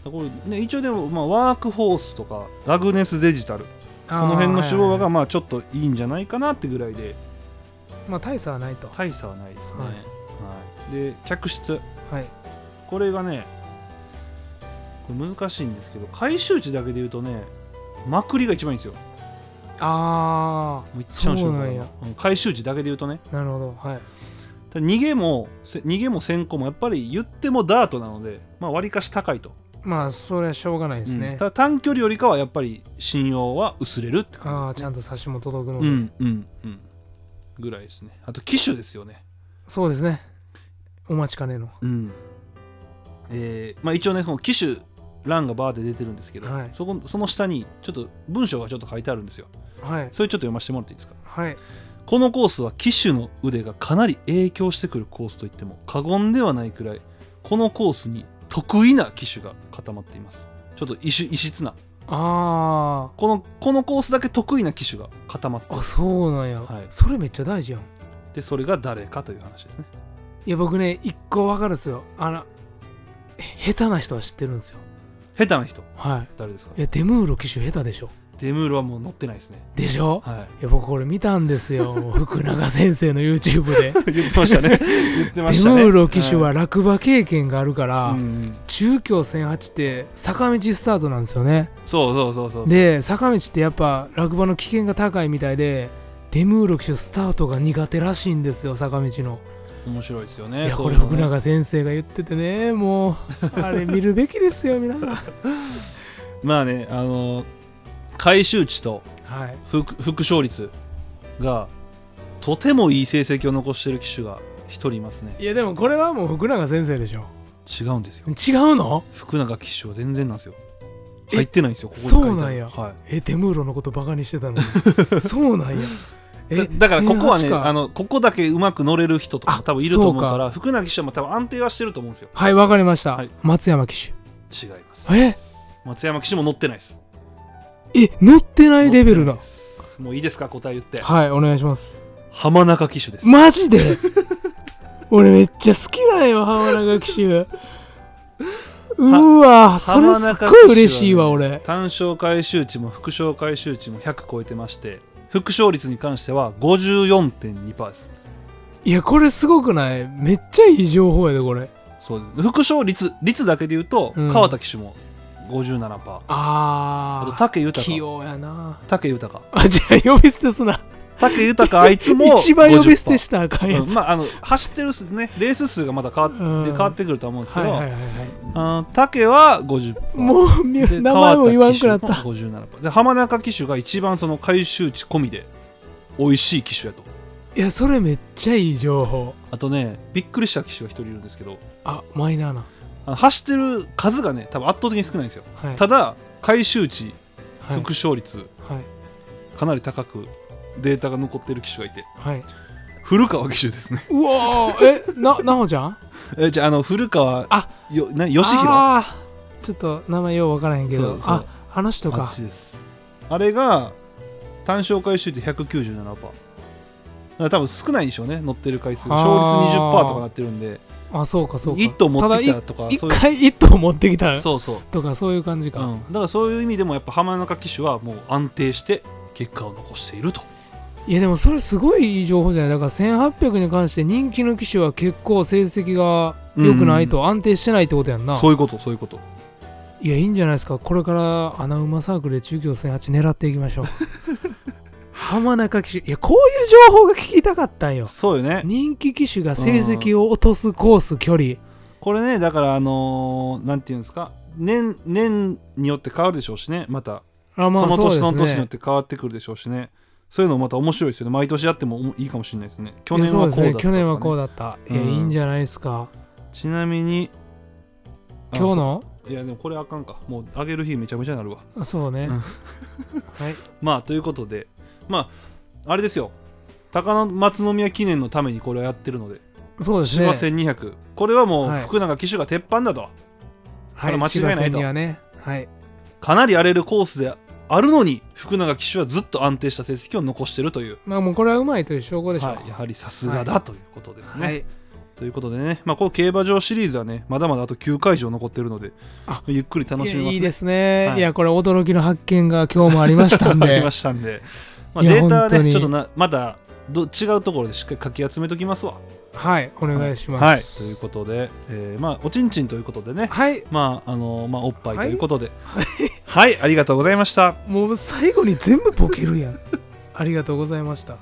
[SPEAKER 1] だからこれね、一応でも、まあ、ワークホースとかラグネスデジタルこ
[SPEAKER 2] こ
[SPEAKER 1] の辺の脂肪馬
[SPEAKER 2] が
[SPEAKER 1] がまあちょっといいんじゃないかなってぐらいで
[SPEAKER 2] まあ大差はないと
[SPEAKER 1] 大差はないですね、
[SPEAKER 2] は
[SPEAKER 1] はいいで客室
[SPEAKER 2] はい
[SPEAKER 1] これがねこれ難しいんですけど回収値だけで言うとねまくりが一番いいんですよ
[SPEAKER 2] あ
[SPEAKER 1] もういっちゃうんですよ
[SPEAKER 2] そうなんや
[SPEAKER 1] うん回収値だけで言うとね
[SPEAKER 2] あなるほどはい
[SPEAKER 1] ただ逃げもせ逃げも先行もやっぱり言ってもダートなのでまあ割かし高いと
[SPEAKER 2] まあそれはしょうがないです
[SPEAKER 1] うん
[SPEAKER 2] ね、
[SPEAKER 1] ただ短距離よりかはやっぱり信用は薄れるって感
[SPEAKER 2] ああ
[SPEAKER 1] じで
[SPEAKER 2] ち
[SPEAKER 1] すね
[SPEAKER 2] ゃんと差しも届くの
[SPEAKER 1] う
[SPEAKER 2] で、
[SPEAKER 1] んうんうんぐらいですねあと機種ですよね
[SPEAKER 2] そうですねお待ちかねの
[SPEAKER 1] うんえーまあ、一応ねその機種欄がバーで出てるんですけど、
[SPEAKER 2] はい
[SPEAKER 1] そこその下にちょっと文章がちょっと書いてあるんですよ
[SPEAKER 2] はい
[SPEAKER 1] それちょっと読ませてもらっていいですか
[SPEAKER 2] はい
[SPEAKER 1] このコースは機種の腕がかなり影響してくるコースといっても過言ではないくらいこのコースに得意な機種が固まっていますちょっと異種異質な
[SPEAKER 2] あ
[SPEAKER 1] このこのコースだけ得意な機種が固まって
[SPEAKER 2] あ
[SPEAKER 1] ま
[SPEAKER 2] あ
[SPEAKER 1] す
[SPEAKER 2] そうなんや、
[SPEAKER 1] はい
[SPEAKER 2] それめっちゃ大事やん
[SPEAKER 1] ででそれが誰かという話ですね
[SPEAKER 2] いや僕ね一個わかるんですよあのへ下手な人は知ってるんですよ
[SPEAKER 1] 下手な人
[SPEAKER 2] は
[SPEAKER 1] 誰ですか
[SPEAKER 2] いいやデムーロ騎手下手でしょ
[SPEAKER 1] デムールはもう乗ってないですね
[SPEAKER 2] でしょ
[SPEAKER 1] はい
[SPEAKER 2] いや僕これ見たんで すよ福永先生の YouTube で
[SPEAKER 1] 言ってましたね 言ってま
[SPEAKER 2] デ
[SPEAKER 1] した
[SPEAKER 2] ム
[SPEAKER 1] ね
[SPEAKER 2] ーロ騎手は落馬経験があるから、
[SPEAKER 1] はいうん
[SPEAKER 2] 中京戦8って坂道スタートなんですよね
[SPEAKER 1] そうそうそうそう
[SPEAKER 2] で坂道ってやっぱ落馬の危険が高いみたいでデムーロ騎手スタートが苦手らしいんですよ坂道の
[SPEAKER 1] 面白いですよ
[SPEAKER 2] い
[SPEAKER 1] ね
[SPEAKER 2] やこ
[SPEAKER 1] そう
[SPEAKER 2] れ
[SPEAKER 1] いうのね
[SPEAKER 2] 福永先生が言っててねもうあれ見るべきですよ 皆さん
[SPEAKER 1] まあねあの回収値と
[SPEAKER 2] はい
[SPEAKER 1] 復復勝率がとてもいい成績を残してる騎手が一人いますね
[SPEAKER 2] いやでもこれはもう福永先生でしょ
[SPEAKER 1] 違うんですよ
[SPEAKER 2] 違うの
[SPEAKER 1] 福永騎手は全然なんですよ
[SPEAKER 2] え
[SPEAKER 1] 入ってないんですよここに書いてある
[SPEAKER 2] そうなんや
[SPEAKER 1] は
[SPEAKER 2] えデムーロのことバカにしてたの にそうなんや
[SPEAKER 1] い、だだからここはね
[SPEAKER 2] 1008か
[SPEAKER 1] あのここだけうまく乗れる人とか
[SPEAKER 2] あ
[SPEAKER 1] 多分いると思う
[SPEAKER 2] そうか
[SPEAKER 1] から福永騎手はまあ多分安定はしてると思うんですよ
[SPEAKER 2] はいわかりました、
[SPEAKER 1] はい
[SPEAKER 2] 松山騎
[SPEAKER 1] 違います
[SPEAKER 2] 手え
[SPEAKER 1] 松山騎手も乗ってないです
[SPEAKER 2] え乗ってないレベル
[SPEAKER 1] 乗
[SPEAKER 2] な
[SPEAKER 1] ってないですもういいですか答え言って
[SPEAKER 2] はいお願いします
[SPEAKER 1] 浜中騎手です
[SPEAKER 2] マジで俺めっちゃ好きだよ浜中騎手うわそれすっごい嬉しいわ
[SPEAKER 1] 浜
[SPEAKER 2] 俺
[SPEAKER 1] 単勝回収値も副勝回収値も100超えてまして副勝率に関しては54.2%です
[SPEAKER 2] いやこれすごくないめっちゃいい情報やでこれ
[SPEAKER 1] そうです副勝率率だけで言うと、
[SPEAKER 2] うん
[SPEAKER 1] 川田騎手も57%あと
[SPEAKER 2] あー
[SPEAKER 1] 武豊
[SPEAKER 2] 器用やな
[SPEAKER 1] 武豊
[SPEAKER 2] あじゃあ呼び捨てすな
[SPEAKER 1] 武豊あいつも
[SPEAKER 2] 一番呼び捨て
[SPEAKER 1] し
[SPEAKER 2] したらあかんやつ、
[SPEAKER 1] まああの走ってるすねレース数がまだ変わって、
[SPEAKER 2] うん
[SPEAKER 1] 変わってくるとは思うんですけ
[SPEAKER 2] はい
[SPEAKER 1] ど、
[SPEAKER 2] はいはいはい
[SPEAKER 1] あの武は50%
[SPEAKER 2] もうみ
[SPEAKER 1] で
[SPEAKER 2] 名前も言わんくなっ
[SPEAKER 1] 川
[SPEAKER 2] た
[SPEAKER 1] 田騎手も57%で浜中騎手が一番その回収値込みで美味しい騎手やと
[SPEAKER 2] いやそれめっちゃいい情報
[SPEAKER 1] あとねびっくりした騎手が一人いるんですけど
[SPEAKER 2] あマイナーな
[SPEAKER 1] あの走ってる数がね多分圧倒的に少ないんですよ
[SPEAKER 2] はい
[SPEAKER 1] ただ回収値
[SPEAKER 2] はい
[SPEAKER 1] 副勝率、
[SPEAKER 2] はい
[SPEAKER 1] かなり高くデータが残ってる機種がいて
[SPEAKER 2] はい
[SPEAKER 1] 古川機種ですね
[SPEAKER 2] うわーえななほちゃん
[SPEAKER 1] えじゃああの古川
[SPEAKER 2] あ
[SPEAKER 1] よな吉弘あ
[SPEAKER 2] あーちょっと名前よう分からへんけ
[SPEAKER 1] そ
[SPEAKER 2] ど
[SPEAKER 1] うそう
[SPEAKER 2] ああの人
[SPEAKER 1] っ
[SPEAKER 2] か
[SPEAKER 1] ちですあれが単勝回収率197%だから多分少ないんでしょうね乗ってる回数が
[SPEAKER 2] あー
[SPEAKER 1] 勝率20%とかなってるんで
[SPEAKER 2] あそうかそうか
[SPEAKER 1] 1頭持ってきた
[SPEAKER 2] だ
[SPEAKER 1] とか
[SPEAKER 2] い
[SPEAKER 1] そ
[SPEAKER 2] 一
[SPEAKER 1] ういう
[SPEAKER 2] 回一頭持ってきた
[SPEAKER 1] そうそう、
[SPEAKER 2] とかそういう感じ
[SPEAKER 1] う
[SPEAKER 2] か、
[SPEAKER 1] ん、だからそういう意味でもやっぱ浜中機種はもう安定して結果を残していると
[SPEAKER 2] いやでもそれすごいいい情報じゃないだから1800に関して人気の機種は結構成績が良くないと安定してないってことやんな、
[SPEAKER 1] そういうことそういうこと
[SPEAKER 2] いやいいんじゃないですかこれから穴馬サークルで中京戦8狙ってい きましょう浜中騎手いやこういう情報が聞きたかったんよ
[SPEAKER 1] そうよね
[SPEAKER 2] 人気機種が成績を落とすコース距離
[SPEAKER 1] これねだからあのーなんていうんですか年年によって変わるでしょうしねまた
[SPEAKER 2] あま
[SPEAKER 1] そ
[SPEAKER 2] あ
[SPEAKER 1] の
[SPEAKER 2] うで
[SPEAKER 1] 年
[SPEAKER 2] す
[SPEAKER 1] そ,、
[SPEAKER 2] ね
[SPEAKER 1] の年によって変わってくるでしょうしねそういうのもまた面白いですよね毎年やってもおもいいかもしれないですね去年はこうだったとか、ね
[SPEAKER 2] いやそうですね去年はこうだった、いや
[SPEAKER 1] うん
[SPEAKER 2] いいんじゃないですか
[SPEAKER 1] ちなみにあ
[SPEAKER 2] 今日の
[SPEAKER 1] そういやでもこれあかんかもう上げる日めちゃめちゃなるわ
[SPEAKER 2] そうね、
[SPEAKER 1] うん
[SPEAKER 2] はい
[SPEAKER 1] まあということでまああれですよ高野松宮記念のためにこれをやってるので
[SPEAKER 2] そうですね
[SPEAKER 1] 芝1200これはもう
[SPEAKER 2] はい
[SPEAKER 1] 福永騎手が鉄板だと、
[SPEAKER 2] は
[SPEAKER 1] これ間違いないと
[SPEAKER 2] 芝戦にはねはい
[SPEAKER 1] かなり荒れるコースであるのに福永騎手はずっと安定した成績を残してるという、
[SPEAKER 2] まあもうこれはうまいという証拠でしょう、
[SPEAKER 1] はいやはりさすがだということですね、
[SPEAKER 2] はい
[SPEAKER 1] ということでね、まあ、この競馬場シリーズはね、まだまだあと9回以上残ってるので
[SPEAKER 2] あ、
[SPEAKER 1] ゆっくり楽しめます
[SPEAKER 2] い
[SPEAKER 1] ね。
[SPEAKER 2] やいいですね、
[SPEAKER 1] はい
[SPEAKER 2] い、やこれ驚きの発見が今日もありました ん
[SPEAKER 1] あり
[SPEAKER 2] で
[SPEAKER 1] ましたんで、まあ、
[SPEAKER 2] いや
[SPEAKER 1] データは
[SPEAKER 2] 本
[SPEAKER 1] ね、
[SPEAKER 2] 当に
[SPEAKER 1] ちょっとなまだど違うところでしっかりかき集めときますわ。
[SPEAKER 2] はいお願いしま
[SPEAKER 1] はい、と
[SPEAKER 2] す
[SPEAKER 1] いうことで、えーまあ、おちんちんということでね、
[SPEAKER 2] はい、
[SPEAKER 1] まああのまあ、おっぱいと
[SPEAKER 2] はい
[SPEAKER 1] いうことで、はい、ありがとうございました。
[SPEAKER 2] もう最後に全部ボケるやんありがとうございました